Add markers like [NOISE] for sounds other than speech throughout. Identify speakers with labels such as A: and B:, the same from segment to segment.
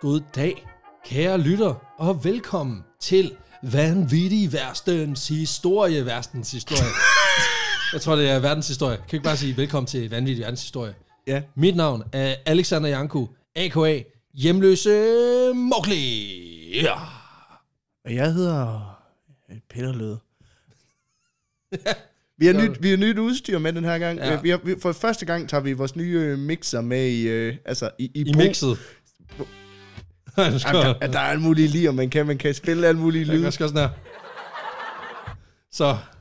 A: god dag, kære lytter, og velkommen til Vanvittig Værstens Historie. Værstens [LAUGHS] Historie. Jeg tror, det er verdenshistorie. Kan vi ikke bare sige velkommen til Vanvittig Verdenshistorie?
B: Ja.
A: Mit navn er Alexander Janku, a.k.a. Hjemløse Mokli. Ja.
B: Og jeg hedder øh, Peter Løde. [LAUGHS] vi, har nyt, vi har nyt udstyr med den her gang.
A: Ja.
B: Ja. Vi har, vi, for første gang tager vi vores nye øh, mixer med i, øh, altså i, i,
A: I
B: brug.
A: mixet. [LAUGHS]
B: Jamen, der, der er alle mulige lige, og man kan, man kan spille alle mulige
A: Jeg kan
B: lyde.
A: også gøre sådan her. Så,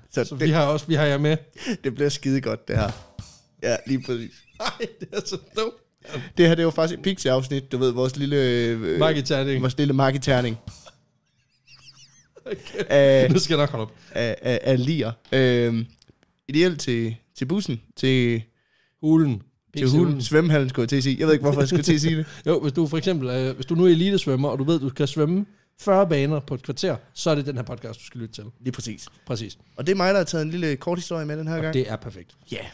A: så,
B: Så
A: så
B: det-
A: vi har også vi har jer [LAUGHS] med.
B: Det bliver skide godt, det her. Ja, lige præcis.
A: Nej, det er så dumt.
B: Det her, det var faktisk et pixie-afsnit, du ved, vores lille... Øh,
A: Marketing.
B: Vores lille marketerning
A: Okay.
B: af,
A: Nu skal jeg nok holde op.
B: af, af, af lier. Øh, ideelt til, til bussen, til,
A: Hulen.
B: til hulen, svømmehallen, skulle jeg til at sige. Jeg ved ikke, hvorfor jeg skulle til at sige det.
A: Jo, hvis du for eksempel, øh, hvis du nu er elitesvømmer, og du ved, du kan svømme 40 baner på et kvarter, så er det den her podcast, du skal lytte til.
B: [LAUGHS] Lige præcis.
A: Præcis.
B: Og det er mig, der har taget en lille kort historie med den her gang.
A: Det er perfekt.
B: Ja. Yeah.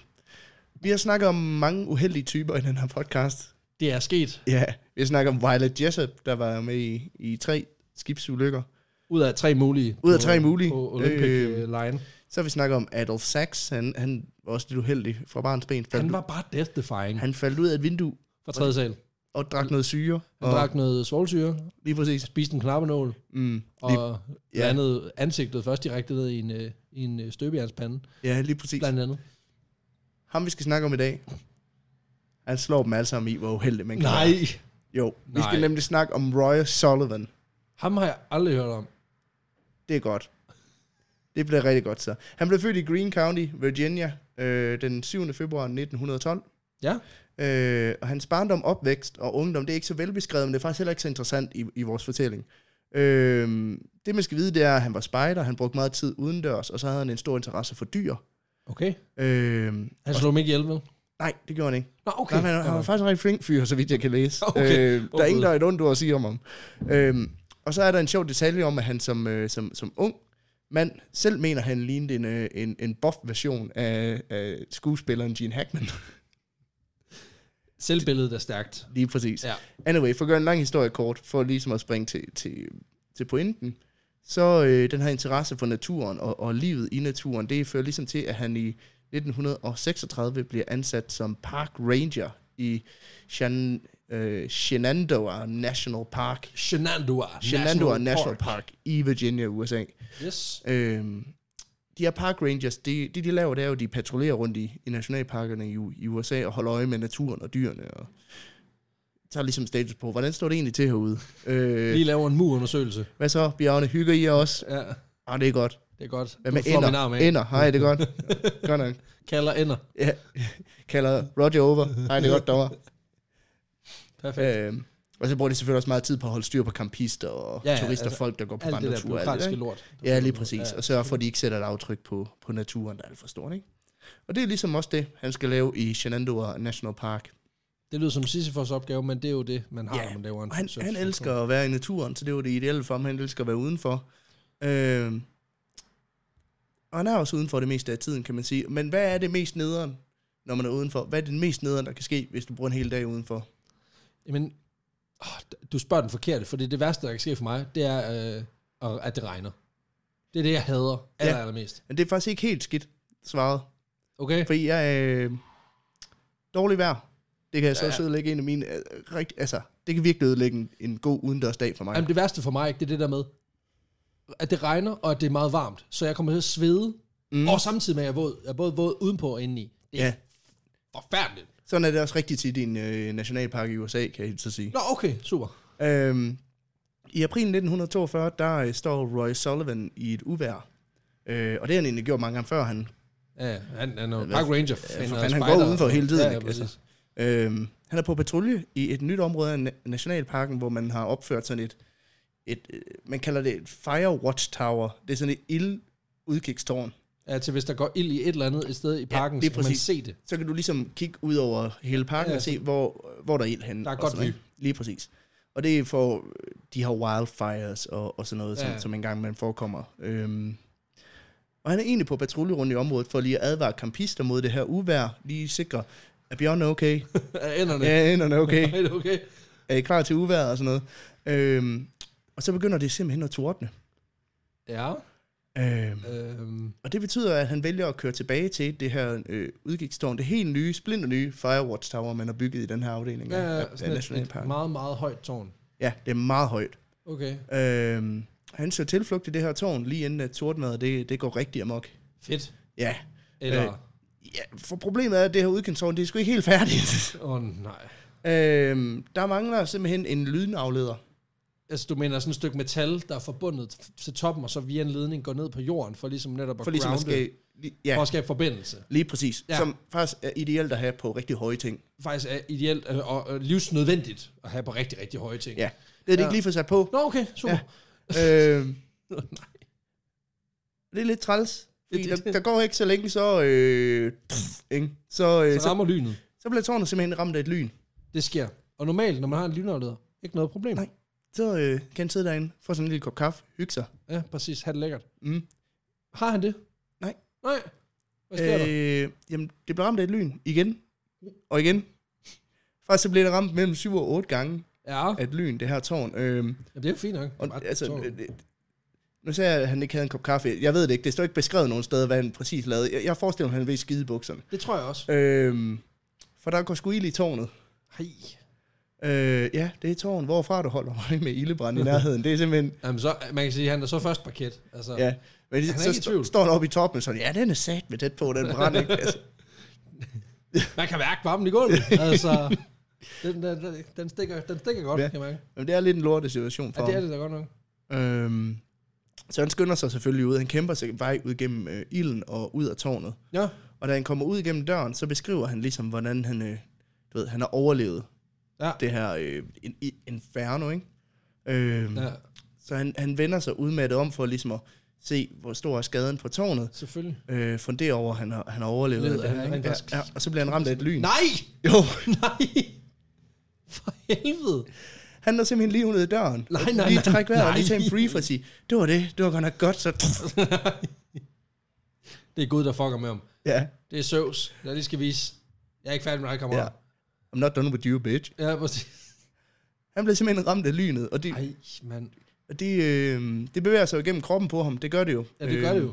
B: Vi har snakket om mange uheldige typer i den her podcast.
A: Det er sket
B: Ja. Yeah. Vi har snakket om Violet Jessup, der var med i, i tre skibsulykker.
A: ud af tre mulige.
B: Ud af
A: på-
B: tre mulige.
A: På Olympic
B: Øh,
A: øh, Line.
B: Så har vi snakket om Adolf Sachs. Han, han var også lidt uheldig fra barns ben. Faldt,
A: Han var bare death defying
B: han faldt ud af et vindue
A: fra tredje sal.
B: og drak noget syre.
A: Han
B: og,
A: drak noget svovlsyre,
B: Lige præcis.
A: spiste en knappenål,
B: Mm. Lige,
A: og
B: ja.
A: landede ansigtet først direkte ned i en, øh, i en øh, støbejernspande,
B: ja, lige præcis.
A: blandt andet.
B: Ham, vi skal snakke om i dag, han slår dem alle sammen i, hvor uheldig man kan
A: Nej,
B: være. Jo, vi
A: Nej.
B: skal nemlig snakke om Roy Sullivan.
A: ham har jeg aldrig hørt om.
B: Det er godt. Det bliver rigtig godt så. Han blev født i Greene County, Virginia, øh, den 7. februar 1912.
A: Ja,
B: Øh, og hans barndom, opvækst og ungdom, det er ikke så velbeskrevet, men det er faktisk heller ikke så interessant i, i vores fortælling. Øh, det man skal vide, det er, at han var spejder, han brugte meget tid udendørs, og så havde han en stor interesse for dyr.
A: okay.
B: Øh,
A: Han slog mig ikke ihjel, vel?
B: nej, det gjorde han ikke.
A: Nå, okay.
B: Okay. Nej, han, han var faktisk en rigtig flink fyr, så vidt jeg kan [LAUGHS] læse.
A: Okay.
B: Øh, der er ingen, der er et ondt ord at sige om ham. Øhm, og så er der en sjov detalje om, at han som, øh, som, som ung mand selv mener, han lignede en, øh, en, en buff-version af, af skuespilleren Gene Hackman. [LAUGHS]
A: Selvbilledet er stærkt.
B: Lige præcis.
A: Ja.
B: Anyway, for at gøre en lang historie kort, for ligesom at springe til, til, til pointen, så øh, den her interesse for naturen og, og livet i naturen, det fører ligesom til, at han i 1936 bliver ansat som park ranger i Shen, øh, Shenandoah National Park.
A: Shenandoah,
B: Shenandoah National Park i Virginia, USA.
A: Yes.
B: Øhm, de her park rangers, det, det de laver, det er jo, de patruljerer rundt i, i nationalparkerne i, U- i USA og holder øje med naturen og dyrene og tager ligesom status på, hvordan står det egentlig til herude? Øh,
A: Lige laver en murundersøgelse.
B: hvad så, bjørne, hygger I jer også?
A: Ja,
B: Ah, det er godt.
A: det er godt.
B: Hvad
A: nu
B: med
A: får min arm af.
B: ender? Ender, hej, det er godt. [LAUGHS] godt nok.
A: Kalder ender.
B: Ja. Kalder Roger over, hej, det er godt derovre.
A: Perfekt.
B: Øh, og så bruger de selvfølgelig også meget tid på at holde styr på campister og
A: Ja,
B: ja,
A: ja,
B: turister,
A: altså,
B: altså, folk, der går på
A: Alt det der
B: vandreture. og alt det der,
A: bureaukratiske
B: ikke?
A: lort. der
B: Ja,
A: finder
B: lige
A: på.
B: præcis.
A: Ja.
B: Og sørge for, at de ikke sætter et aftryk på, på naturen, der er alt for stort, ikke? Og det er ligesom også det, han skal lave i Shenandoah National Park.
A: Det lyder som Sisyfos opgave, men det er jo det, man har,
B: Ja,
A: når man laver en
B: Og han, han
A: forsøgsfunktion.
B: elsker at være i naturen, så det var det ideelle for ham. Han elsker at være udenfor. Øhm. Og han er også udenfor det meste af tiden, kan man sige. Men hvad er det mest nederen, når man er udenfor? Hvad er det mest nederen, der kan ske, hvis du bruger en hel dag udenfor?
A: Jamen, åh, d- du spørger den forkerte, for det, det værste, der kan ske for mig, det er, øh, og- at det regner. Det er det, jeg hader aller,
B: Ja.
A: allermest.
B: Men det er faktisk ikke helt skidt svaret.
A: Okay?
B: Fordi jeg øh, dårlig vejr. Det kan jeg så
A: Ja.
B: ja. ødelægge en af mine... Øh, rigt, altså, det kan virkelig ødelægge en, en god udendørsdag for mig.
A: Jamen, det værste for mig, ikke, det er det der med, at det regner, og at det er meget varmt. Så jeg kommer til at svede, mm.
B: Mm.
A: og samtidig med, at jeg er, våd, jeg er både våd udenpå og indeni. Det er ja.
B: Ja.
A: forfærdeligt.
B: Sådan er det også rigtigt til din øh, nationalpark i USA, kan jeg helt så sige.
A: Nå, okay, super.
B: Øhm, I april 1942, der øh, står Roy Sullivan i et uvær. Øh, og det har han egentlig gjort mange gange før. Han,
A: Ja, han, han er jo
B: Hvad
A: Park Ranger.
B: for
A: og
B: fanden, han
A: spejder
B: går udenfor
A: og-
B: hele tiden,
A: Ja, ja,
B: ikke? Altså.
A: præcis.
B: øhm, han er på patrulje i et nyt område af na- nationalparken, hvor man har opført sådan et, et øh, man kalder det et fire watchtower. Det er sådan et ild udkigstårn.
A: Ja, til hvis der går ild i et eller andet et sted i parken,
B: det
A: ja,
B: er
A: så kan man
B: præcis.
A: se det. [LAUGHS]
B: Så kan du ligesom kigge ud over hele parken
A: Ja,
B: ja, og se, hvor, hvor der er ild henne.
A: Der er
B: og
A: godt
B: sådan noget. Lige præcis. Og det er for, øh, de har wildfires og, og sådan noget,
A: Ja,
B: ja.
A: ja.
B: som, som engang man forekommer. Øhm, og han er egentlig på patrulje rundt i området for lige at advare kampister mod det her uvær. Lige sikre, at bjørnen er okay,
A: [LAUGHS] Er ænderne. Ja. [LAUGHS]
B: ja, ænderne er okay.
A: Er det okay?
B: er I klar til uværet og sådan noget? Øhm, og så begynder det simpelthen at tordne.
A: Ja.
B: Øhm,
A: Øhm,
B: og det betyder, at han vælger at køre tilbage til det her øh, udgigstårn, det helt nye, splinter nye Firewatch Tower, man har bygget i den her afdeling
A: ja,
B: af- af,
A: ja,
B: af
A: sådan et, et
B: Nationalparken.
A: meget, meget højt tårn.
B: Ja, det er meget højt.
A: Okay.
B: Øhm, han søger tilflugt i det her tårn, lige inden at tordenvejret, det, det går rigtig amok.
A: Fedt.
B: Ja.
A: Eller...
B: Øh. ja, for problemet er, at det her udkantstårn, det er sgu ikke helt færdigt. [LAUGHS]
A: Åh, oh, nej.
B: øhm, der mangler simpelthen en lydafleder.
A: Altså, du mener sådan et stykke metal, der er forbundet f- til toppen, og så via en ledning går ned på jorden, for ligesom netop at
B: For ligesom at
A: grounde,
B: skal, li- ja,
A: for at skabe forbindelse.
B: lige præcis.
A: Ja.
B: Ja. Som faktisk er ideelt at have på rigtig høje ting.
A: Faktisk er ideelt øh, og og livsnødvendigt at have på rigtig, rigtig høje ting.
B: Ja. Det er det
A: Ja.
B: ikke lige for sat på.
A: Nå, okay, super. Ja.
B: øhm, det er lidt træls. Fordi
A: Det-
B: der, der går ikke så længe, så... Øh, pff, ikke? Så,
A: [LAUGHS]
B: øh,
A: Så
B: så,
A: rammer lynet.
B: så bliver tårnet simpelthen ramt af et lyn.
A: Det sker. Og normalt, når man har en lynafleder, ikke noget problem.
B: Nej. Så øh, kan han sidde derinde, få sådan en lille kop kaffe, hygge sig.
A: Ja, præcis. Ha' det lækkert.
B: Mm.
A: Har han det?
B: Nej.
A: Nej. Hvad sker øh, der?
B: Øh, jamen, det blev ramt af et lyn. Igen. Og igen. Faktisk så blev det ramt mellem 7 og 8 gange
A: Ja,
B: af et lyn, det her tårn. Øh,
A: Jamen, det er jo fint nok.
B: og,
A: Bare
B: altså,
A: tårn.
B: øh, øh, nu sagde jeg, at han ikke havde en kop kaffe. Jeg ved det ikke. Det står ikke beskrevet nogen steder, hvad han præcis lavede. Jeg, jeg forestiller mig, at han ved skide i bukserne.
A: det tror jeg også.
B: Øh, for der går sgu ild i tårnet.
A: Hej.
B: Øh, ja, det er tårn. Hvorfra du holder [LAUGHS] øje med ildebrand i nærheden. Det er simpelthen...
A: Jamen, så, man kan sige, at han er så først parket. Altså, ja.
B: Ja. Men
A: er
B: så
A: ikke i
B: st-
A: tvivl.
B: står han oppe i toppen sådan, ja, den er sat med tæt på, den brand. Ikke? Altså,
A: Man kan mærke varmen i gulvet.
B: [LAUGHS]
A: altså, den, den, den, den, stikker, den stikker godt, ja.
B: Ja.
A: kan man mærke.
B: men det er lidt en lortet situation for
A: Ja,
B: ham.
A: det er det da godt nok.
B: Øhm, så han skynder sig selvfølgelig ud. Han kæmper sig vej ud gennem øh, ilden og ud af tårnet.
A: Ja,
B: Og da han kommer ud gennem døren, så beskriver han ligesom, hvordan han, øh, du ved, han har overlevet
A: Ja.
B: det her øh, in, i- inferno, ikke? Øhm,
A: ja
B: Så han, han vender sig udmattet om for ligesom at se, hvor stor er skaden på tårnet.
A: selvfølgelig.
B: Øh, fundere over, at han har, han har overlevet.
A: Levet,
B: alt det
A: han
B: her,
A: rent
B: ikke? ja,
A: faktisk-
B: ja, og så bliver han ramt af et lyn.
A: Nej!
B: Mm. Jo,
A: [LAUGHS] Nej! For helvede!
B: han er simpelthen lige ud af døren.
A: Nej, nej,
B: lige
A: nej,
B: trække vejret og lige
A: nej.
B: tage en brief og sige, det var det, det var godt nok godt, så...
A: Det er Gud, der fucker med ham.
B: Ja,
A: Det er Zeus, der lige skal vise. Jeg er ikke færdig med dig,
B: ja.
A: kammerat.
B: I'm not done with you, bitch.
A: Ja, ja præcis.
B: Han blev simpelthen ramt af lynet, og det,
A: Ej, mand.
B: og det, øh, det bevæger sig jo igennem kroppen på ham. Det gør det jo. Øh,
A: Ja, det gør det
B: Øhm.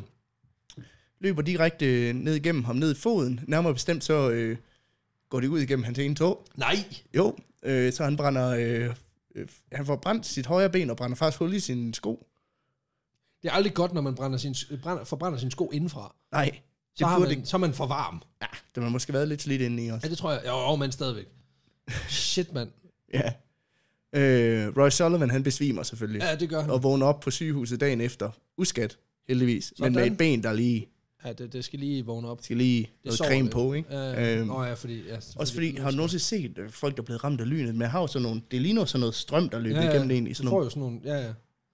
A: jo.
B: Løber direkte øh, ned igennem ham, ned i foden. Nærmere bestemt så øh, går det ud igennem hans ene tog.
A: Nej!
B: Jo, øh, så han brænder... Øh, øh, han får brændt sit højre ben og brænder faktisk hul i sin sko.
A: Det er aldrig godt, når man brænder sin, brænder, forbrænder sin sko indenfra.
B: Nej,
A: Så,
B: det
A: har
B: burde
A: man,
B: ikke...
A: så er man for varm.
B: Ja, det har måske været lidt slidt inde i os.
A: Ja, det tror jeg. Jo, jo men stadigvæk.
B: [LAUGHS]
A: Shit, mand.
B: Ja. Øh, Roy Sullivan, han besvimer selvfølgelig.
A: Ja, det gør han.
B: Og vågner op på sygehuset dagen efter. Uskat, heldigvis. Men med
A: Sådan.
B: et ben, der lige
A: Ja, det, det skal lige vågne op.
B: skal lige
A: Det
B: noget
A: sover
B: creme på,
A: lidt.
B: ikke?
A: Ja,
B: Øhm,
A: Nå ja, fordi... Ja,
B: Også fordi, har du nogensinde set øh, folk, der er blevet ramt af lynet, men har jo sådan nogle, det ligner jo sådan noget strøm, der løber ja, igennem det egentlig,
A: du
B: sådan
A: får
B: nogle,
A: jo sådan nogle... Ja, ja.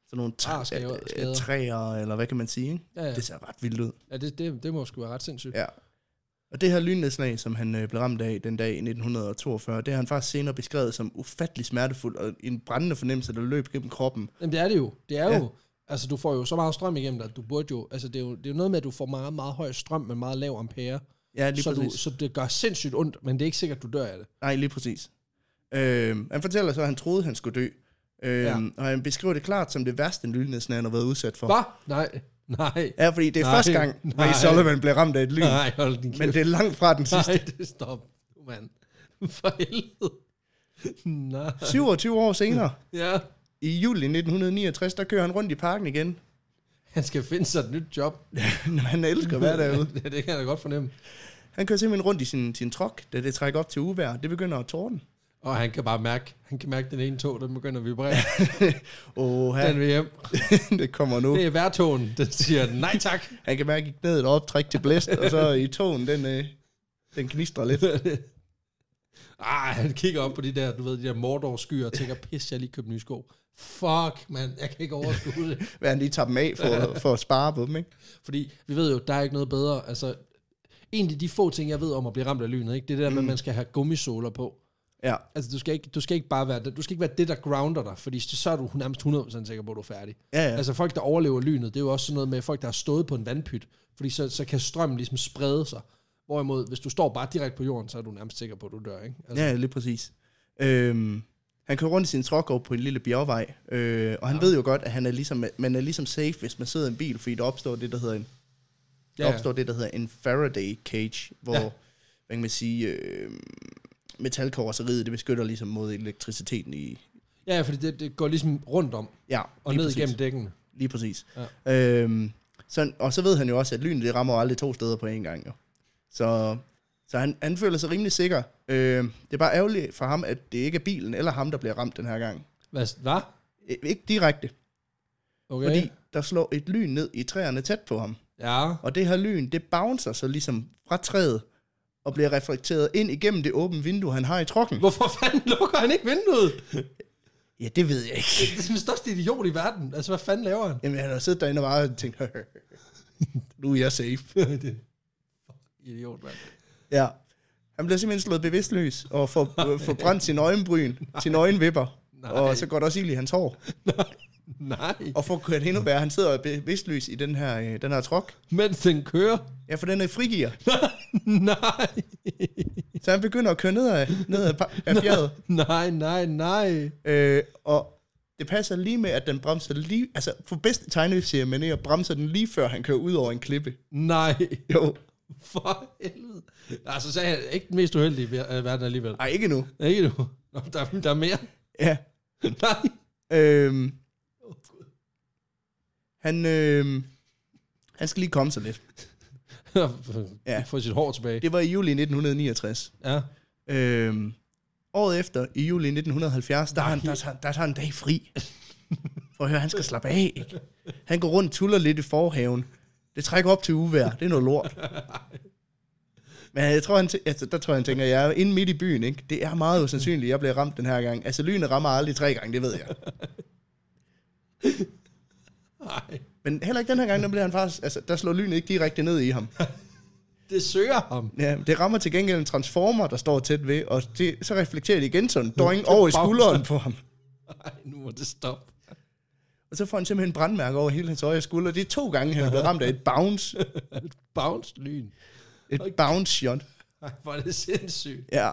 B: sådan nogle træ,
A: arskader-
B: øh, øh,
A: skader.
B: træer, eller hvad kan man sige, ikke?
A: Ja, ja.
B: Det ser ret vildt ud.
A: ja det, det, det må sgu være ret sindssygt.
B: Ja. Og det her lynnedslag, som han øh, blev ramt af den dag i 1942, det har han faktisk senere beskrevet som ufattelig smertefuldt, og en brændende fornemmelse, der løb gennem kroppen.
A: Jamen, det er det jo. Det er ja.
B: Ja.
A: jo... Altså, du får jo så meget strøm igennem dig, at du burde jo... Altså, det er jo, det er jo noget med, at du får meget, meget høj strøm, men meget lav ampere.
B: Ja, lige
A: så, du,
B: præcis.
A: så det gør sindssygt ondt, men det er ikke sikkert, du dør af det.
B: Nej, lige præcis. Øhm, han fortæller så, at han troede, han skulle dø. Øhm,
A: Ja.
B: Og han beskriver det klart som det værste, en lynnedslag, han har været udsat for.
A: Hvad? Nej. Nej.
B: Ja, fordi det er
A: Nej,
B: første gang,
A: nej.
B: Ray Sullivan bliver ramt af et lyn.
A: Nej, hold din kæft.
B: Men det er langt fra den sidste.
A: Nej, det stop. nu, mand. For helvede. Nej.
B: 27 år senere,
A: Ja.
B: i juli 1969, der kører han rundt i parken igen. [LAUGHS]
A: Han skal finde sig et nyt job.
B: han elsker at være derude.
A: [LAUGHS] Ja, det kan jeg da godt fornemme.
B: Han kører simpelthen rundt i sin, sin truck, da det trækker op til uvær. Det begynder at torden.
A: Og han kan bare mærke, han kan mærke den ene tog, den begynder at vibrere. [LAUGHS]
B: Åh,
A: Den vil hjem.
B: [LAUGHS] det kommer nu.
A: Det er værtogen, den siger nej tak.
B: Han kan mærke knæet og optræk til blæst, og så i togen, den, øh, den knistrer lidt.
A: Ah, han kigger op på de der, du ved, de der Mordor-skyer og tænker, pis, jeg har lige købt nye sko. Fuck, mand, jeg kan ikke overskue det.
B: Hvad han lige tager dem af for, for at spare på dem, ikke?
A: Fordi vi ved jo, der er ikke noget bedre. Altså, en af de få ting, jeg ved om at blive ramt af lynet, ikke? det er det der med, at man skal have gummisåler på.
B: Ja,
A: Altså, du skal ikke, du skal ikke bare være, du skal ikke være det, der grounder dig, fordi så er du nærmest 100% sikker på, at du er færdig.
B: ja, ja.
A: Altså, folk, der overlever lynet, det er jo også sådan noget med folk, der har stået på en vandpyt, fordi så, så kan strømmen ligesom sprede sig. Altså, Hvorimod, hvis du står bare direkte på jorden, så er du nærmest sikker på, at du dør, ikke? Altså,
B: ja, lige præcis. Øhm, Han kører rundt i sin truck over på en lille bjergvej, øh, og han ja. ved jo godt, at han er ligesom, man er ligesom safe, hvis man sidder i en bil, fordi der opstår det, der hedder en, der
A: Ja, ja.
B: opstår det, der hedder en Faraday cage, hvor,
A: Ja.
B: ja. hvad kan man sige, øh, metalkorseriet, det beskytter ligesom mod elektriciteten i,
A: Ja, fordi det, det går ligesom rundt om
B: ja,
A: og
B: lige
A: ned
B: præcis.
A: igennem dækken.
B: Lige præcis. Ja. Øhm, så, og så ved han jo også, at lynet det rammer jo aldrig to steder på én gang. Jo. Så, så han, han føler sig rimelig sikker. Øhm, det er bare ærgerligt for ham, at det ikke er bilen eller ham, der bliver ramt den her gang.
A: Hvad? Hva?
B: Øh, Ikke direkte,
A: Okay.
B: okay. fordi der slår et lyn ned i træerne tæt på ham.
A: Ja.
B: Og det her lyn, det bouncer så ligesom fra træet og bliver reflekteret ind igennem det åbne vindue, han har i trokken.
A: Hvorfor fanden lukker han ikke vinduet?
B: Ja, det ved jeg ikke.
A: Det er den største idiot i verden. Altså, hvad fanden laver han?
B: Jamen, han har siddet derinde og bare tænkt, [LAUGHS] nu er jeg safe.
A: det er idiot, mand.
B: Ja. Han bliver simpelthen slået bevidstløs og får, øh, får brændt sin øjenbryn, sin øjenvipper.
A: Nej.
B: Og så går der også ild i hans hår.
A: Nej.
B: Og for at køre det endnu værre, han sidder bevidstløs i den her, øh, den her truck.
A: Mens den kører. [LAUGHS]
B: Ja, for den er i frigear.
A: Nej.
B: Så han begynder at køre nedad, nedad pa- af bjerget.
A: Nej, nej, nej.
B: Øh, og det passer lige med, at den bremser lige... Altså, for bedste tegneserie, men jeg bremser den lige før, han kører ud over en klippe.
A: Nej.
B: Jo.
A: For helvede. Altså, så er jeg ikke den mest uheldige i ver- øh, verden alligevel.
B: Ej, ikke nu.
A: Er ikke du? Nå, der, er- der er [LAUGHS] mere.
B: Ja.
A: nej.
B: Øhm, han, øhm, han skal lige komme sig lidt.
A: ja.
B: Ja.
A: Få sit hår tilbage.
B: Det var i juli 1969.
A: Ja.
B: Øhm, året efter, i juli 1970, der, har han, der, tager, der tager han en dag fri. For at høre, han skal slappe af. ikke? Han går rundt og tuller lidt i forhaven. Det trækker op til uvær. Det er noget lort. Men jeg tror, han tæ- altså, der tror jeg, han tænker, jeg er inde midt i byen. Ikke? Det er meget usandsynligt, at jeg bliver ramt den her gang. Altså, lynet rammer aldrig tre gange, det ved jeg.
A: Nej.
B: Men heller ikke den her gang, der, bliver han faktisk, altså, der slår lynet ikke direkte ned i ham.
A: Det søger ham.
B: Ja, det rammer til gengæld en transformer, der står tæt ved, og det, så reflekterer det igen
A: Mm.
B: sådan døgn over i skulderen på ham.
A: Nej, nu må det stoppe.
B: Og så får han simpelthen brandmærke over hele hans øje og skulder. Det er to gange, han er blevet ramt af et
A: [LAUGHS]
B: bounce.
A: Bounce lyn.
B: Et bounce shot.
A: Ej, hvor er det sindssygt.
B: Ja.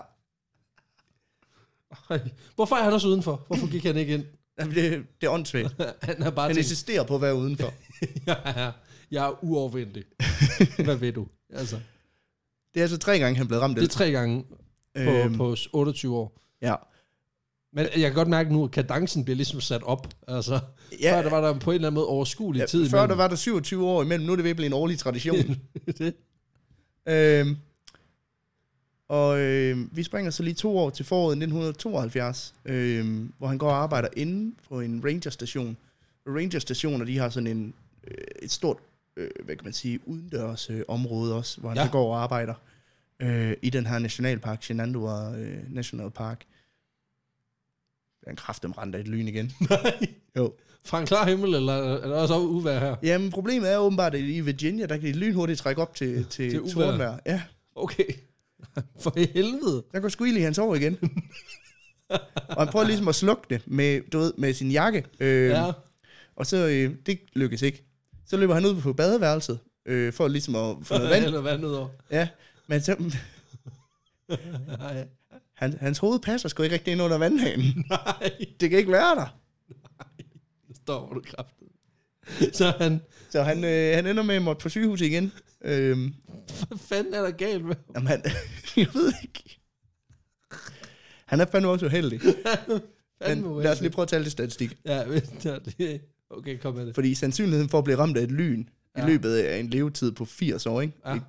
A: Ej. Hvorfor er han også udenfor? Hvorfor gik han ikke ind?
B: Jamen, Det, det er åndssvagt.
A: [LAUGHS] Han har bare [LAUGHS]
B: Han
A: tænkt,
B: insisterer på at være udenfor.
A: jeg er, jeg er [LAUGHS] uovervindelig. Hvad ved du? Altså,
B: Det er altså tre gange, han er blevet ramt af
A: det er tre gange på,
B: Øhm.
A: på 28 år.
B: Ja.
A: Men jeg kan godt mærke nu, at kadencen bliver ligesom sat op. Altså, ja.
B: Ja.
A: Før der var der på en eller anden måde overskuelig ja, tid.
B: ja før der var der 27 år imellem, nu er det ved at blive en årlig tradition.
A: [LAUGHS] det.
B: øhm, og øhm, vi springer så lige to år til foråret 1972, øhm, hvor han går og arbejder inde på en rangerstation. Rangerstationer, de har sådan en, øh, et stort, øh, hvad kan man sige, udendørs øh, område også, hvor han
A: Ja.
B: ja. så går og arbejder øh, i den her nationalpark, Shenandoah øh, National Park. Den kraftem rent af et lyn igen.
A: Nej.
B: Jo.
A: Fra en klar himmel, eller er der også uvær her?
B: Jamen, problemet er åbenbart, at i Virginia, der kan de lynhurtigt trække op til, til,
A: Til
B: til
A: uvejr.
B: tordenvejr. Ja,
A: Okay. [LAUGHS] For helvede.
B: der går sgu ild i hans hår igen. og han prøver ligesom at slukke det med, du ved, med sin jakke. Øh,
A: Ja.
B: ja. Og så, øh, det lykkes ikke. Så løber han ud på badeværelset, øh, for ligesom at få noget
A: [LAUGHS]
B: vand.
A: Eller vandet
B: [LAUGHS]
A: over.
B: Ja, men så,
A: Nej.
B: han, hans hoved passer sgu ikke rigtig ind under vandhanen.
A: [LAUGHS] Nej.
B: Det kan ikke være der.
A: Det står du kraftet. Så han,
B: Så han, øh, han ender med at måtte på sygehus igen. Øh,
A: hvad fanden er der galt med?
B: jamen, han, [LAUGHS] jeg ved ikke. Han er fandme også uheldig.
A: Fanden
B: Men lad os lige prøve at tale det statistik.
A: Ja, [LAUGHS] vent, der, det- okay, kom med det.
B: Fordi sandsynligheden for at blive ramt af et lyn ja.
A: Ja.
B: i løbet af en levetid på 80 år, ikke?
A: Ja.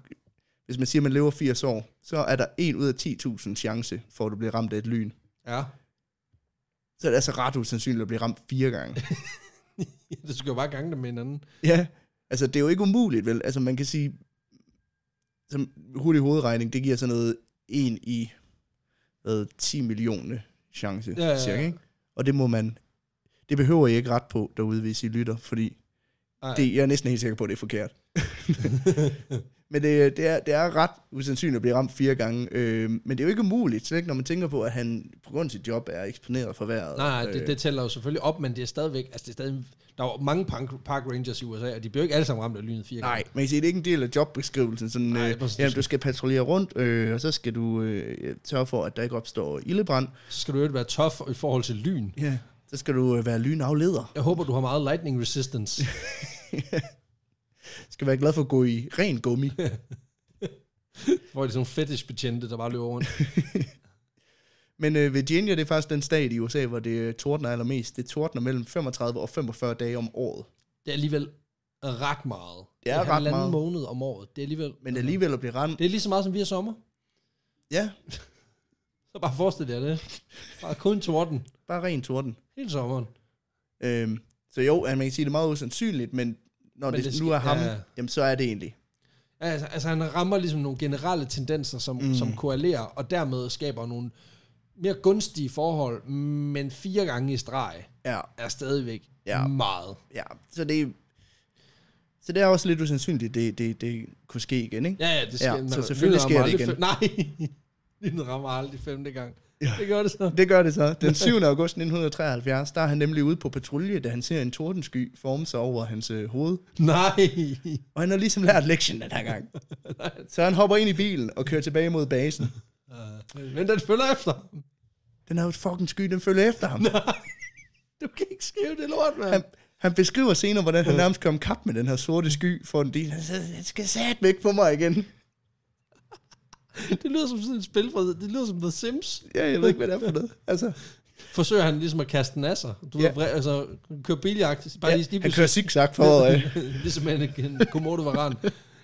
B: hvis man siger, at man lever 80 år, så er der 1 ud af 10.000 chance for, at du bliver ramt af et lyn.
A: Ja.
B: Så er det altså ret usandsynligt at blive ramt fire
A: [LAUGHS]
B: gange.
A: Du skal jo bare gange [LAUGHS] det med hinanden.
B: ja, altså det er jo ikke umuligt, vel? Altså man kan sige, som hurtig hovedregning, det giver sådan noget 1 i hvad, 10 millioner chance,
A: Ja, ja, ja.
B: cirka, ikke? Og det må man, det behøver I ikke ret på derude, hvis I lytter, fordi
A: Ej.
B: det, jeg er næsten helt sikker på, at det er forkert. [LAUGHS] men det, det, er, det er ret usandsynligt at blive ramt fire gange. Øh, men det er jo ikke umuligt, slet ikke, når man tænker på, at han på grund af sit job er eksponeret for vejret. Øh,
A: Nej, det, det tæller jo selvfølgelig op, men det er stadigvæk... Altså, det er stadig, der er jo mange park, park rangers i USA, og de bliver jo ikke alle sammen ramt af lynet fire gange.
B: Nej, man kan sige, det er ikke en del af jobbeskrivelsen. Sådan,
A: Nej,
B: Nej,
A: det er
B: øh,
A: præcis.
B: jamen, du skal patruljere rundt, øh, og så skal du øh, sørge for, at der ikke opstår ildebrand.
A: Så skal du jo ikke være tough i forhold til lyn.
B: Ja. Så skal du øh, være lynafleder.
A: Jeg håber, du har meget lightning resistance.
B: Du skal være glad for at gå i
A: [LAUGHS]
B: ren gummi.
A: hvor det er sådan nogle fetish-betjente, der bare løber rundt.
B: Men øh, Virginia, det er faktisk den stat i USA, hvor det øh, tordner allermest. Det tordner mellem 35 og 45 dage om året.
A: Det er alligevel ret meget.
B: Det er ret
A: halvanden
B: meget.
A: måned om året. Det er alligevel...
B: Men alligevel at blive ramt,
A: Det er lige så meget, som vi har sommer.
B: ja,
A: Så bare forestil jer det. Bare kun torden.
B: bare ren torden.
A: Hele sommeren.
B: Øhm, så jo, altså, man kan sige, det er meget usandsynligt, men når
A: Men
B: men det,
A: det
B: nu er
A: skal-
B: ham,
A: ja.
B: ja. jamen, så er det egentlig.
A: Altså, altså han rammer ligesom nogle generelle tendenser, som, mm. som korrelerer, og dermed skaber nogle mere gunstige forhold, men fire gange i streg
B: Ja,
A: er stadigvæk ja.
B: Ja.
A: meget.
B: ja. Så det, så det er også lidt usandsynligt, det, det, det kunne ske igen, ikke?
A: Ja, ja, det sker.
B: Ja,
A: når-
B: så selvfølgelig
A: lynet
B: sker
A: rammer
B: det
A: aldrig Fem, [LAUGHS] nej, lynet rammer aldrig femte gang. Ja.
B: Ja.
A: Det gør det så.
B: Det gør det så. Den 7. august 1973, der er han nemlig ude på patrulje, da han ser en tordensky forme sig over hans øh, hoved.
A: Nej.
B: Og han har ligesom lært lektien den her
A: [LAUGHS]
B: gang. Så han hopper ind i bilen og kører tilbage mod basen.
A: Men den følger efter.
B: Den er jo et fucking sky, den følger efter ham.
A: Du kan ikke skrive det lort, mand.
B: Han, han beskriver senere, hvordan han nærmest kom kap med den her sorte sky for en del. Han sagde, den skal sat væk på mig igen.
A: Det lyder som sådan et spil fra, det lyder som The Sims.
B: Ja, jeg ved ikke, hvad det er for noget. Altså,
A: Forsøger han ligesom at kaste den af sig. Du
B: Ja.
A: ja. ved, altså, kører biljagt, bare ja,
B: ja,
A: lige, lige
B: han
A: pludselig-
B: kører zigzag for... Øh,
A: [LAUGHS] ligesom en, en komodo-varan.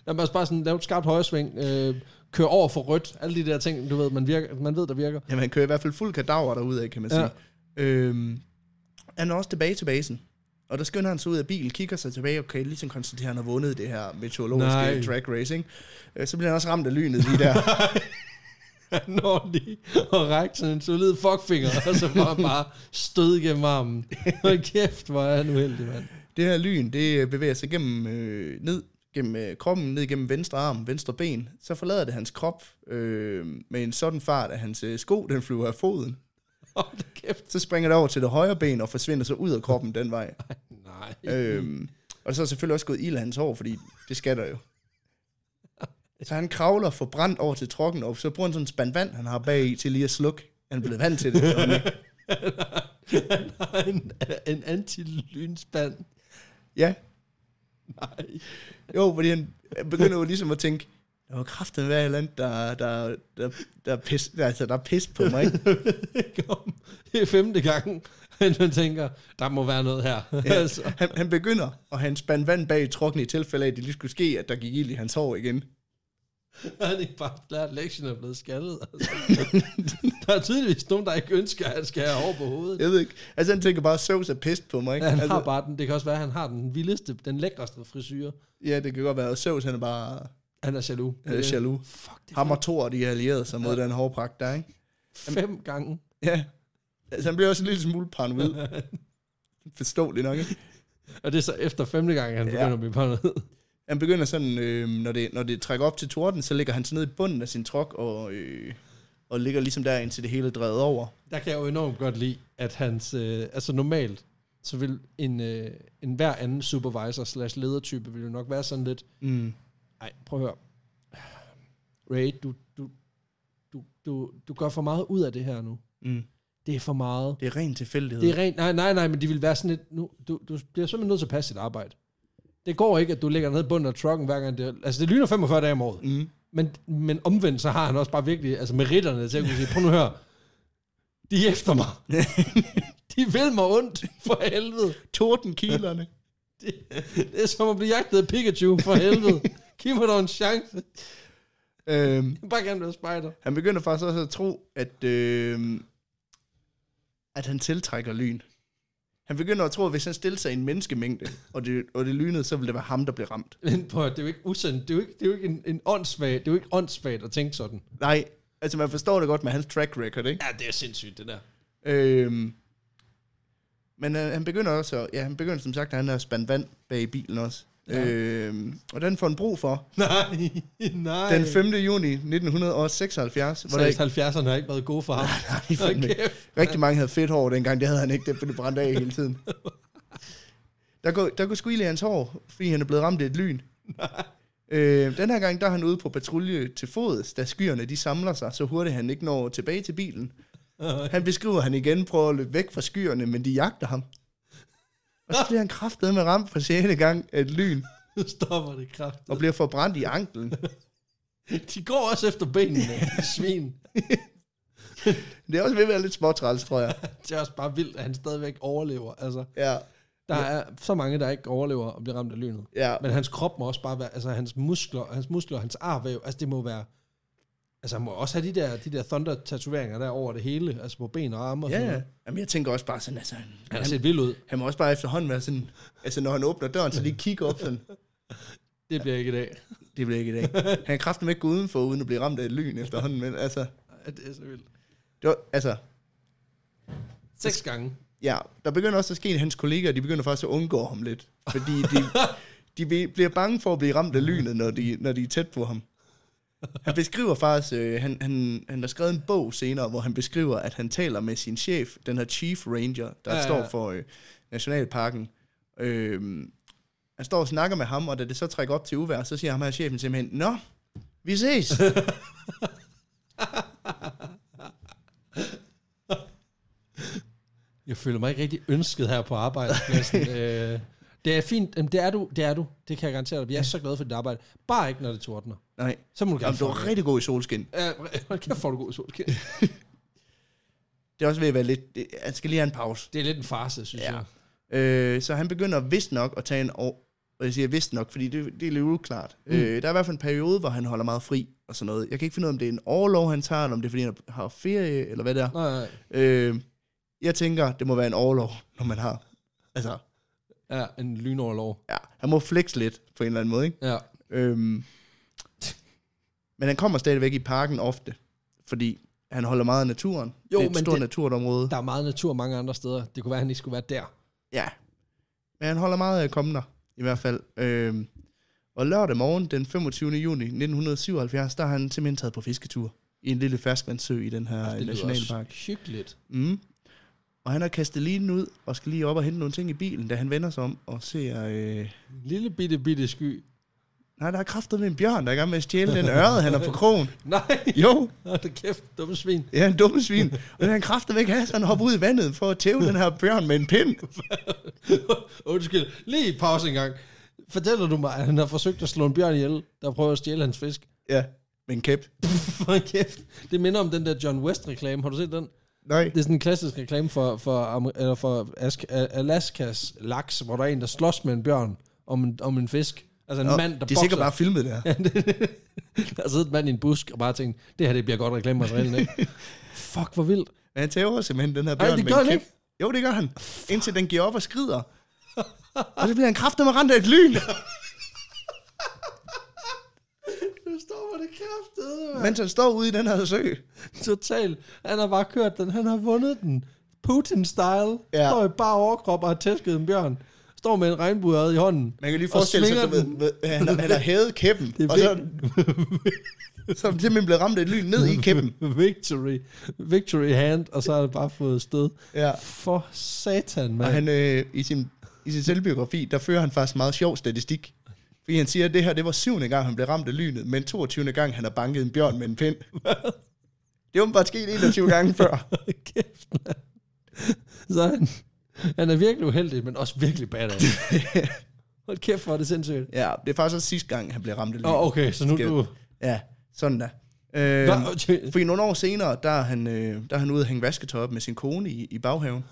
A: Jamen, altså bare sådan, lave et skarpt højresving, øh, kør over for rødt, alle de der ting, du ved, man, virker, man ved, der virker.
B: jamen, han kører i hvert fald fuld kadaver derude af, kan man
A: Ja.
B: sige. Øhm, han er også tilbage til basen. Og der skynder han sig ud af bilen, kigger sig tilbage, og kan ligesom konstatere, at han har vundet det her meteorologiske
A: Nej.
B: Nej. drag racing. Øh, så bliver han også ramt af lynet lige
A: [LAUGHS]
B: der.
A: Han når lige og rækker sådan en solid fuckfinger, og så bare, bare stød gennem armen. Hold kæft, hvor er han uheldig, mand.
B: Det her lyn, det øh, bevæger sig gennem, øh, ned gennem øh, kroppen, ned gennem venstre arm, venstre ben. Så forlader det hans krop øh, med en sådan fart, at hans øh, sko, den flyver af foden.
A: Hold kæft.
B: Så springer det over til det højre ben og forsvinder så ud af kroppen den vej.
A: Nej.
B: Øh, og så er selvfølgelig også gået ild af hans hår, fordi det skal der jo. Så han kravler forbrændt over til trokken, og så bruger han sådan en spand vand, han har bag i til lige at slukke. Han er blevet vant til det. Johnny.
A: Han har en, en anti-lynspand.
B: Ja,
A: Nej.
B: Jo, fordi han begynder jo ligesom at tænke, der var kraften hver eller andet, der, der, der, der, er pis, altså, der er pis på mig. Ikke?
A: Kom. Det er femte gang, at man tænker, der må være noget her. Ja. [LAUGHS] altså.
B: Han, han begynder at have en spand vand bag i trokken i tilfælde af, at det lige skulle ske, at der gik ild i hans hår igen.
A: Har han ikke bare lært lektien og blevet skaldet? Altså. [LAUGHS] der er tydeligvis nogen, der ikke ønsker, at han skal have over på hovedet.
B: Jeg ved ikke. Altså han tænker bare, sovs er pis på mig. Ikke?
A: Ja, han
B: altså,
A: har bare den, det kan også være, at han har den vildeste, den lækreste frisyr.
B: ja, det kan godt være. Og sovs, han er bare
A: Han er jaloux.
B: han er jaloux.
A: Fuck, det er
B: Ham og Thor, de har allieret sig mod den hårpragt der, ikke?
A: fem gange.
B: Ja. Altså han bliver også en lille smule
A: [LAUGHS]
B: paranoid. Forståeligt nok, ikke?
A: Og det er så efter femte gang, han begynder ja. at blive på noget.
B: Han begynder sådan, øh, når, det, når det trækker op til torden, så ligger han så ned i bunden af sin trok og, øh, og ligger ligesom der, indtil det hele er drevet over.
A: Der kan jeg jo enormt godt lide, at hans... Øh, altså normalt, så vil en, øh, en hver anden supervisor slash ledertype vil jo nok være sådan lidt...
B: Mm.
A: Nej, prøv at høre. Ray, du, du, du, du, du gør for meget ud af det her nu.
B: Mm.
A: Det er for meget.
B: Det er ren tilfældighed.
A: Det er rent, nej, nej, nej, men de vil være sådan lidt, nu, du, du bliver simpelthen nødt til at passe dit arbejde. Det går ikke, at du ligger nede i bunden af trucken hver gang det, altså det lyner 45 dage om året,
B: mm.
A: men, men omvendt så har han også bare virkelig, altså meritterne til at kunne sige, prøv nu at høre, de er efter [LAUGHS] mig. de vil mig ondt, for helvede.
B: Tordenkilerne.
A: Det, det er som at blive jagtet af Pikachu, for helvede. Giv mig dog en chance. Jeg
B: øhm,
A: vil bare gerne være spider.
B: han begynder faktisk også at tro, at, øh, at han tiltrækker lyn. Han begynder at tro, at hvis han stiller sig i en menneskemængde, og det, og det lynede, så vil det være ham, der bliver ramt.
A: Men prøv, at høre, det er jo ikke usandt, det er jo ikke, det er jo ikke en, en åndssvag, det er jo ikke åndssvagt at tænke sådan.
B: Nej, altså man forstår det godt med hans track record, ikke?
A: Ja, det er sindssygt, det der.
B: Øhm, men øh, han begynder også, at- ja, han begynder som sagt, at han har spændt vand bag i bilen også. Ja. Øh, og den får han brug for
A: Nej, nej.
B: den 5. juni 1976. Hvor der
A: Seriøst,
B: [LAUGHS] ikke,
A: 70'erne har ikke været gode for ham.
B: i fandme ikke. rigtig mange havde fedt hår dengang, det havde han ikke, det blev det brændt af hele tiden. Der går, der går sgu ild i hans hår, fordi han er blevet ramt af et lyn. Øh, den her gang, der er han ude på patrulje til fods, da skyerne de samler sig, så hurtigt han ikke når tilbage til bilen. Han beskriver, at han igen prøver at løbe væk fra skyerne, men de jagter ham. Og så bliver han kraftet med ramt for 6. gang af et lyn,
A: Nu stopper det kraft.
B: og bliver forbrændt i anklen.
A: De går også efter benene, de svin.
B: Det er også ved at være lidt småtræls, tror jeg.
A: Det er også bare vildt, at han stadigvæk overlever. Altså,
B: Ja,
A: der er så mange, der ikke overlever og bliver ramt af lynet.
B: ja.
A: Men hans krop må også bare være, altså hans muskler, hans muskler, hans arvæv, altså det må være, altså han må også have de der, de der thunder-tatoveringer der over det hele, altså på ben og arme og sådan
B: Ja, ja.
A: noget.
B: Jamen, jeg tænker også bare sådan, altså, han,
A: Han
B: han,
A: har set vild ud.
B: han må også bare efterhånden være sådan, altså, når han åbner døren, så lige kigge op sådan,
A: Det bliver ikke i [LAUGHS] dag.
B: [LAUGHS] det bliver ikke i dag. Han kan kraften ikke gå udenfor, uden at blive ramt af et lyn efterhånden, men altså,
A: Ej, Det er så vildt.
B: det var, altså,
A: Seks gange.
B: ja, der begynder også at ske, at hans kolleger, de begynder faktisk at undgå ham lidt, fordi
A: [LAUGHS]
B: de, de be- bliver bange for at blive ramt af lynet, når de, når de er tæt på ham. Han beskriver faktisk, øh, han, han, han har skrevet en bog senere, hvor han beskriver, at han taler med sin chef, den her chief ranger, der
A: Ja, ja,
B: ja,
A: ja.
B: står for øh, Nationalparken. Øh, han står og snakker med ham, og da det så trækker op til uvær, så siger ham her chefen simpelthen, Nå,
A: [LAUGHS]
B: vi ses.
A: Jeg føler mig ikke rigtig ønsket her på [LAUGHS] arbejdspladsen. øh, det er fint. Jamen, det er du. Det er du. Det kan jeg garantere dig. Vi er så glade for dit arbejde. Bare ikke, når det tordner.
B: Nej,
A: Så må du gerne
B: Jamen, du var rigtig god i solskin.
A: Øh, [LAUGHS] hold kæft, får du god solskin.
B: Det er også ved at være lidt, det, han skal lige have en pause.
A: Det er lidt en farse, synes ja.
B: Ja.
A: jeg.
B: Øh, så han begynder vist nok at tage en år. Og jeg siger vist nok, fordi det, det er lidt uklart. Mm. Øh, der er i hvert fald en periode, hvor han holder meget fri og sådan noget. Jeg kan ikke finde ud af, om det er en overlov, han tager, eller om det er, fordi han har ferie, eller hvad det er.
A: Nej, nej.
B: Øh, jeg tænker, det må være en overlov, når man har... Altså,
A: Ja, en lynoverlov.
B: ja, han må flex lidt på en eller anden måde, ikke?
A: Ja.
B: Øhm, men han kommer stadigvæk i parken ofte, fordi han holder meget af naturen.
A: Jo,
B: det er et
A: men
B: stort
A: det-
B: naturområde.
A: Der er meget natur mange andre steder. Det kunne være, at han ikke skulle være der.
B: Ja. Men han holder meget af kommender, i hvert fald. Øhm, og lørdag morgen, den 25. juni 1977, der har han simpelthen taget på fisketur i en lille ferskvandssø i den her
A: det
B: øh, nationalpark.
A: også hyggeligt.
B: Mm. Og han har kastet linen ud og skal lige op og hente nogle ting i bilen, da han vender sig om og ser... Øh...
A: En lille bitte, bitte sky.
B: Nej, der er kraftet med en bjørn, der er i gang med at stjæle den ørede, han har på krogen.
A: Nej, [LAUGHS]
B: Jo,
A: hold da kæft, dumme svin. [LAUGHS]
B: ja, en dumme svin. Og den kræfter væk have, så han hopper ud i vandet for at tæve den her bjørn med en pind.
A: Undskyld, lige pause en gang. Fortæller du mig, at han har forsøgt at slå en bjørn ihjel, der prøver at stjæle hans fisk? [LAUGHS]
B: Ja, med en kæp.
A: For kæft. Det minder om den der John West-reklame. Har du set den?
B: Nej.
A: Det er sådan en klassisk reklame for, for, Amer- eller for Ask- A- Alaskas laks, hvor der er en, der slås med en bjørn om en, om en fisk. Altså en Nå,
B: Nå,
A: mand, der
B: de er
A: bokser.
B: sikkert bare filmet det her.
A: [LAUGHS] der sidder en mand i en busk og bare tænker, det her det bliver godt reklamemateriale,
B: [LAUGHS]
A: ikke? Fuck, hvor vildt.
B: Men han tæver simpelthen den her bjørn
A: det
B: med
A: gør
B: en
A: han
B: kæp.
A: ikke.
B: Jo, det gør han. Indtil den giver op og skrider. og så bliver han kraftet med rent af et
A: [LAUGHS]
B: lyn.
A: Nu står man det kraftede,
B: mens han står ude i den her sø.
A: Total. Han har bare kørt den. Han har vundet den. Putin-style. Ja.
B: Ja.
A: Står i bare overkrop og har tæsket en bjørn. Står med en regnbueøjet i hånden.
B: Man kan lige
A: Og
B: forestille sig,
A: svinger
B: du ved,
A: den.
B: ved, han, har- han har hævet kæppen.
A: Det er
B: og så, [LAUGHS] så er han simpelthen blevet ramt af et lyn ned i kæppen.
A: Victory. Victory hand. Og så har det bare fået sted.
B: Ja.
A: For satan,
B: Og
A: mand. [LAUGHS]
B: han, øh, i, sin, i sin selvbiografi, der fører han faktisk meget sjov statistik. Fordi han siger, at det her det var syvende gang, han blev ramt af lynet, men 22. gang, han har banket en bjørn med en pind. Det er åbenbart sket 21 gange før.
A: Kæft, mand. Så han, han er virkelig uheldig, men også virkelig
B: [LAUGHS]
A: badass. Hold kæft, hvor er det sindssygt.
B: Ja, det er faktisk også sidste gang, han blev ramt af lynet.
A: Åh, oh, okay, så nu
B: Skal-
A: du...
B: Ja, sådan da. Øh,
A: Hva? Okay.
B: fordi nogle år senere, der er han, øh, der er han ude at hænge vasketøj op med sin kone i, i baghaven.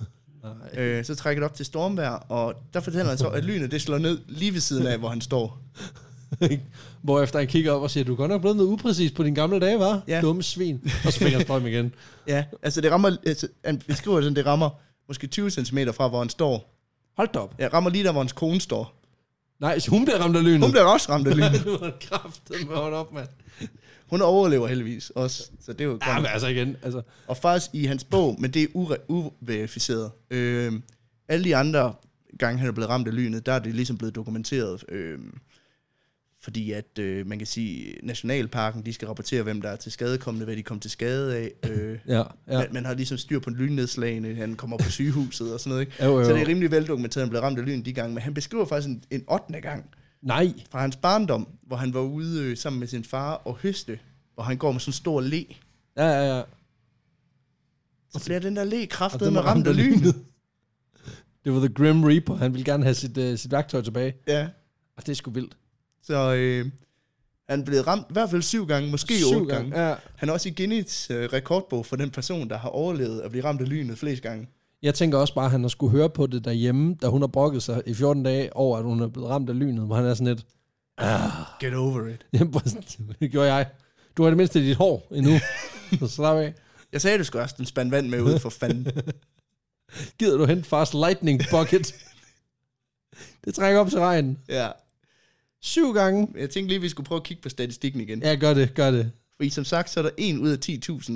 A: Nej.
B: Øh, så trækker det op til stormvejr, og der fortæller han så, at lynet det slår ned lige ved siden af, hvor han står.
A: [LAUGHS] Hvorefter han kigger op og siger, du er godt nok blevet noget upræcis på dine gamle dage, var? Ja.
B: Ja.
A: Dumme svin. Og så fik han strøm igen.
B: Ja, altså det rammer, altså, han beskriver sådan, det rammer måske 20 cm fra, hvor han står.
A: Hold da op.
B: Ja, rammer lige der, hvor hans kone står.
A: Nej, så hun bliver ramt af lynet.
B: Hun bliver også ramt
A: [LAUGHS]
B: af lynet.
A: det var kraftet med hold op, mand.
B: Hun overlever heldigvis også, så det er jo godt.
A: Ja, men altså igen, altså.
B: Og faktisk i hans bog, men det er ure- uverificeret. Øh, øhm, alle de andre gange han er blevet ramt af lynet, der er det ligesom blevet dokumenteret. Øh, fordi at, øh, man kan sige, Nationalparken, de skal rapportere, hvem der er til skadekommende, hvad de kom til skade af. Øh,
A: Ja, ja.
B: ja. man, man har ligesom styr på lynnedslagene, han kommer på sygehuset og sådan noget. Ikke?
A: Jo, jo, jo.
B: Så det er rimelig veldokumenteret, at han blev ramt af lyn de gange. Men han beskriver faktisk en, en 8. gang
A: Nej.
B: fra hans barndom, hvor han var ude øh, sammen med sin far og høste, og han går med sådan en stor læ.
A: Ja, ja, ja.
B: Så bliver den der læ
A: Og
B: kraftet
A: den
B: med ramt af lyn.
A: [LAUGHS] Det var The Grim Reaper. Han ville gerne have sit, øh, sit værktøj tilbage.
B: Ja,
A: Og det er sgu vildt.
B: så øh, han blev ramt i hvert fald syv gange, måske
A: Syv
B: otte gange. gange.
A: Ja.
B: Han er også i Guinness øh, rekordbog for den person, der har overlevet at blive ramt af lynet flest gange.
A: Jeg tænker også bare, at han har skulle høre på det derhjemme, da hun har brokket sig i 14 dage over, at hun er blevet ramt af lynet. Hvor han er sådan lidt,
B: Get over it.
A: "Jamen, bare sådan, det gjorde jeg. Du har det mindste i dit hår endnu. Så slap af.
B: Jeg sagde, du skulle også den spand vand med ud for [LAUGHS] fanden.
A: Gider du hente fast lightning bucket? Det trækker op til regnen.
B: ja.
A: Syv gange.
B: Jeg tænkte lige, vi skulle prøve at kigge på statistikken igen.
A: Ja, gør det, gør det.
B: Fordi som sagt, så er der 1 ud af 10.000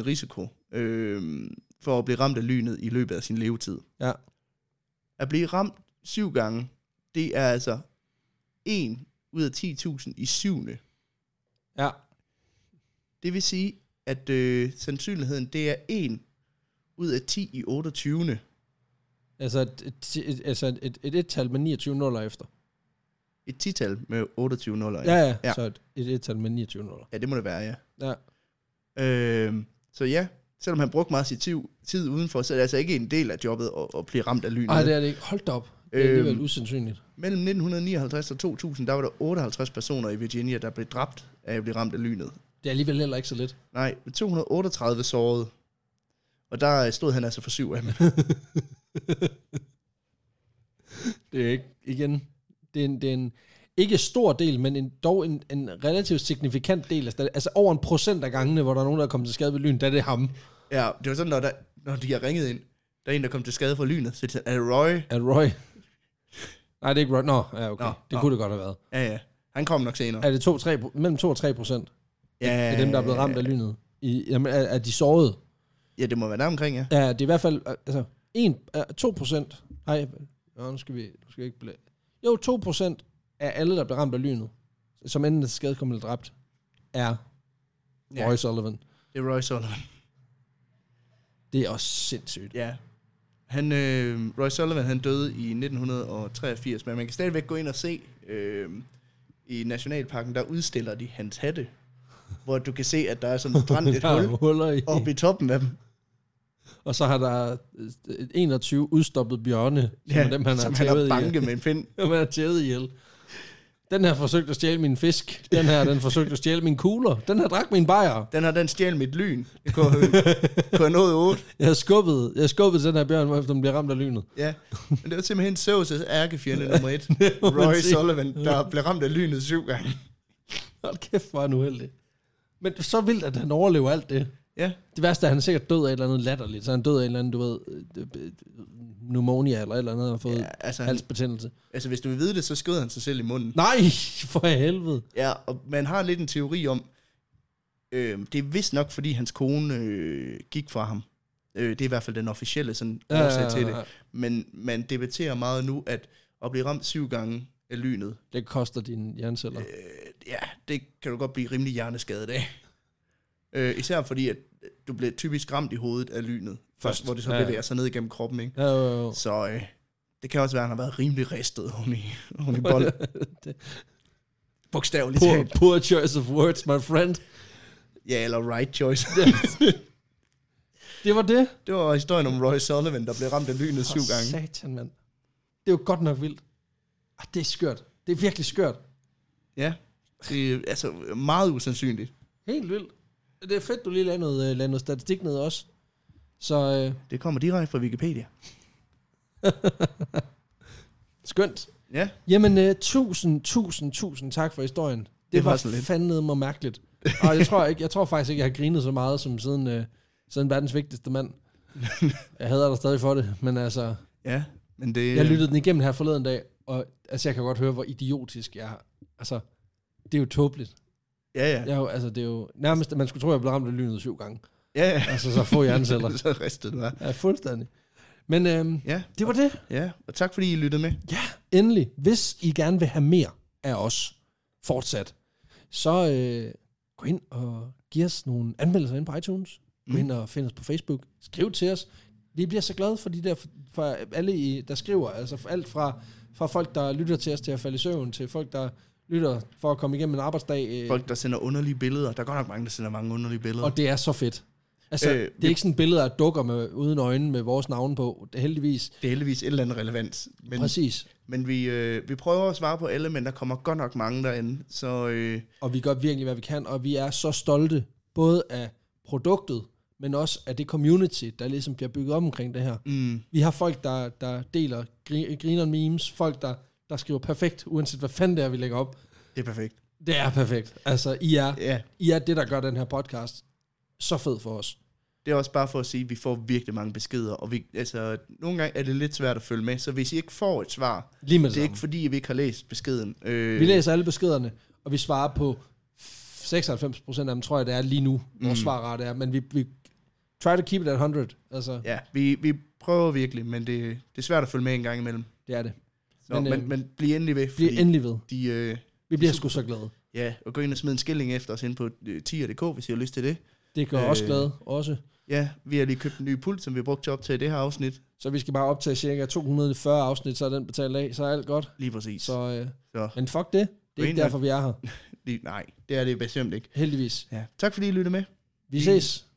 B: risiko øh, for at blive ramt af lynet i løbet af sin levetid.
A: Ja.
B: At blive ramt syv gange, det er altså 1 ud af 10.000 i syvende.
A: Ja.
B: Det vil sige, at øh, sandsynligheden, det er 1 ud af 10 i 28.
A: Altså et, et, et, altså et, et, et, et tal med 29 nuller efter.
B: Et tital med 28 nuller. i.
A: Ja, ja.
B: Ja.
A: ja. Så et, et, et tal med 29 nuller.
B: ja, det må det være, ja.
A: Ja.
B: Øh, så ja, selvom han brugte meget af sin tid, tid udenfor, så er det altså ikke en del af jobbet at, at blive ramt af lynet.
A: Nej, det er det ikke. Hold da op. Det er alligevel
B: Øhm.
A: usandsynligt.
B: Mellem 1959 og 2000, der var der 58 personer i Virginia, der blev dræbt af at blive ramt af lynet.
A: Det er alligevel heller ikke så lidt.
B: Nej, 238 sårede. Og der øh, stod han altså for
A: [LAUGHS]
B: syv af dem.
A: Det er ikke, igen, det er en, det er en ikke stor del, men en, dog en, en relativt signifikant del. af stat- Altså over en procent af gangene, hvor der er nogen, der er kommet til skade ved lyn, der er det ham.
B: Ja, det var sådan, når, der, når de har ringet ind, der er en, der kom til skade fra lynet, så de sagde, er det Roy?
A: Er det Roy? Nej, det er ikke Roy. Nå, ja, okay.
B: Nå,
A: Nå,
B: nå.
A: det kunne det godt have været.
B: Ja, ja. Han kom nok senere.
A: Er det 2, 3, mellem 2 og 3 procent
B: Ja,
A: af dem, der er blevet ramt af lynet? I, jamen, er, er de såret?
B: Ja, det må være der omkring, ja.
A: Ja, det er i hvert fald, altså, 1, 2 procent. Nej, nå, nu skal vi, nu skal vi ikke blæ... Jo, 2 procent af alle, der bliver ramt af lynet, som enten er skadekommet eller dræbt, er
B: Ja.
A: ja. Roy Sullivan.
B: Det er Roy Sullivan.
A: Det er også sindssygt.
B: Ja. Han, øh, Roy Sullivan, han døde i 1983, men man kan stadigvæk gå ind og se øh, i Nationalparken, der udstiller de hans hatte, hvor du kan se, at der er sådan
A: [LAUGHS]
B: brændt et
A: Der er
B: hul
A: huller i.
B: oppe i toppen af dem.
A: Og så har der øh, 21 udstoppet bjørne, som ja, er dem, han
B: som
A: har
B: han har
A: tævet
B: banket
A: ihjel.
B: med en pind.
A: Som han har tævet ihjel. Den her forsøgte at stjæle min fisk. Den her, den forsøgte at stjæle min kugler. Den her drak min bajer.
B: Den har den stjæl mit
A: [LAUGHS]
B: lyn. Jeg kunne, kunne have nået 8.
A: Jeg har skubbet, jeg har skubbet til den her bjørn, efter den bliver ramt af lynet.
B: Ja. Men det var simpelthen Zeus'
A: [LAUGHS]
B: ærkefjende nummer 1. Roy
A: sige.
B: Sullivan, der blev ramt af lynet syv gange.
A: Hold kæft, hvor er han uheldig. Men så vildt, at han overlever alt det.
B: Ja.
A: Det værste er, at han er sikkert død af et eller andet latterligt. Så er han død af en eller anden, du ved, øh, øh, pneumonia eller et eller andet, han har fået
B: ja
A: ja,
B: altså, han,
A: halsbetændelse.
B: altså, hvis du vil vide det, så skød han sig selv i munden.
A: Nej, for helvede.
B: Ja, og man har lidt en teori om, øh, det er vist nok, fordi hans kone øh, gik fra ham. Øh, det er i hvert fald den officielle sådan,
A: Ja,
B: årsag
A: ja,
B: til det.
A: ja.
B: Men man debatterer meget nu, at at blive ramt syv gange af lynet,
A: Det koster dine hjerneceller.
B: øh, ja, det kan du godt blive rimelig hjerneskadet af. [LAUGHS] Øh, især fordi, at du bliver typisk ramt i hovedet af lynet, først,
A: Først,
B: hvor det så
A: ja, ja.
B: bevæger sig ned igennem kroppen. Ikke?
A: Ja, jo, jo.
B: Så øh, det kan også være, at han har været rimelig ristet oven i, oven i
A: [LAUGHS]
B: bold. Bogstaveligt
A: Poor,
B: talt.
A: poor choice of words, my friend.
B: Ja, eller right choice.
A: Det var det.
B: [LAUGHS] Det var historien om Roy Sullivan, der blev ramt af lynet syv
A: For
B: gange.
A: Satan, mand. Det er jo godt nok vildt. Ah, det er skørt. Det er virkelig skørt.
B: Ja, det er altså meget usandsynligt.
A: Helt vildt. Det er fedt, du lige lavede noget, øh, lavede noget statistik ned også. Så øh,
B: Det kommer direkte fra Wikipedia.
A: skønt.
B: Ja,
A: Jamen, øh, tusind, tusind, tusind tak for historien. Det,
B: Det
A: det
B: var
A: var,
B: sådan lidt.
A: fandme mig
B: [LAUGHS]
A: mærkeligt. Og jeg tror, ikke, jeg tror faktisk ikke, jeg har grinet så meget som siden, øh, siden verdens vigtigste
B: [LAUGHS]
A: mand. Jeg hader dig stadig for det, men altså...
B: ja, men det...
A: Jeg lyttede den igennem her forleden dag, og altså, jeg kan godt høre, hvor idiotisk jeg er. Altså, det er jo tåbeligt.
B: Ja, ja,
A: Jeg er jo, altså, det er jo nærmest, at
B: [LAUGHS]
A: man skulle tro, at jeg blev ramt af lynet syv gange.
B: ja, ja. [LAUGHS]
A: Altså, så få hjerneceller.
B: så ristede du af.
A: Ja, fuldstændig. Men øhm,
B: Ja,
A: det var det.
B: ja. Og tak fordi I lyttede med.
A: Ja, endelig. Hvis I gerne vil have mere af os fortsat, så øh, gå ind og giv os nogle anmeldelser ind på iTunes. Gå ind og find os på Facebook. Skriv til os. Vi bliver så glade for de der, for alle, I, der skriver. Altså for alt fra, fra folk, der lytter til os til at falde i søvn, til folk, der lytter for at komme igennem en arbejdsdag. Øh,
B: Folk, der sender underlige billeder. Der er godt nok mange, der sender mange underlige billeder.
A: og det er så fedt. Altså, øh,
B: Øh,
A: det er
B: vi-
A: ikke sådan billeder, der dukker med, uden øjne med vores navne på, heldigvis.
B: det er heldigvis et eller andet relevans. Men,
A: Præcis.
B: men vi, øh, vi prøver at svare på alle, men der kommer godt nok mange derinde. Så øh,
A: og vi gør virkelig, hvad vi kan, og vi er så stolte, både af produktet, men også af det community, der ligesom bliver bygget op omkring det her.
B: mm,
A: Vi har folk, der, der deler gri- griner memes, folk, der, der skriver perfekt, uanset hvad fanden det er, vi lægger op.
B: det er perfekt.
A: Det er perfekt. Altså, I er,
B: Ja,
A: I er det, der gør den her podcast så fed for os.
B: det er også bare for at sige, at vi får virkelig mange beskeder. Og vi, altså, nogle gange er det lidt svært at følge med. Så hvis I ikke får et svar,
A: Lige med det,
B: det er
A: samme.
B: ikke fordi, vi ikke har læst beskeden. Øh,
A: Vi læser alle beskederne, og vi svarer på 96% af dem, tror jeg, det er lige nu, vores mm. svarrate er, men vi, vi try to keep it at 100. Altså,
B: Ja, vi, vi prøver virkelig, men det, det er svært at følge med en gang imellem.
A: det er det.
B: Nå,
A: Men,
B: men,
A: øh,
B: øh, men, men bliv endelig ved, fordi
A: Bliv endelig ved.
B: de, øh,
A: Vi bliver sgu så glade.
B: ja, og gå ind og smid en skilling efter os ind på øh, tier.dk, hvis I har lyst til det.
A: Det gør øh. os
B: Øh.
A: glade også.
B: Ja, vi har lige købt en ny pult, som vi har brugt til at optage det her afsnit.
A: Så vi skal bare optage cirka 240 afsnit, så er den betalt af, så er alt godt.
B: Lige præcis.
A: Så, øh,
B: Så.
A: men fuck det. Det er ikke
B: Rent nok.
A: derfor, vi er her.
B: Lige, nej, det er det bestemt ikke.
A: Heldigvis.
B: Ja. Tak fordi I lyttede med.
A: Vi ses.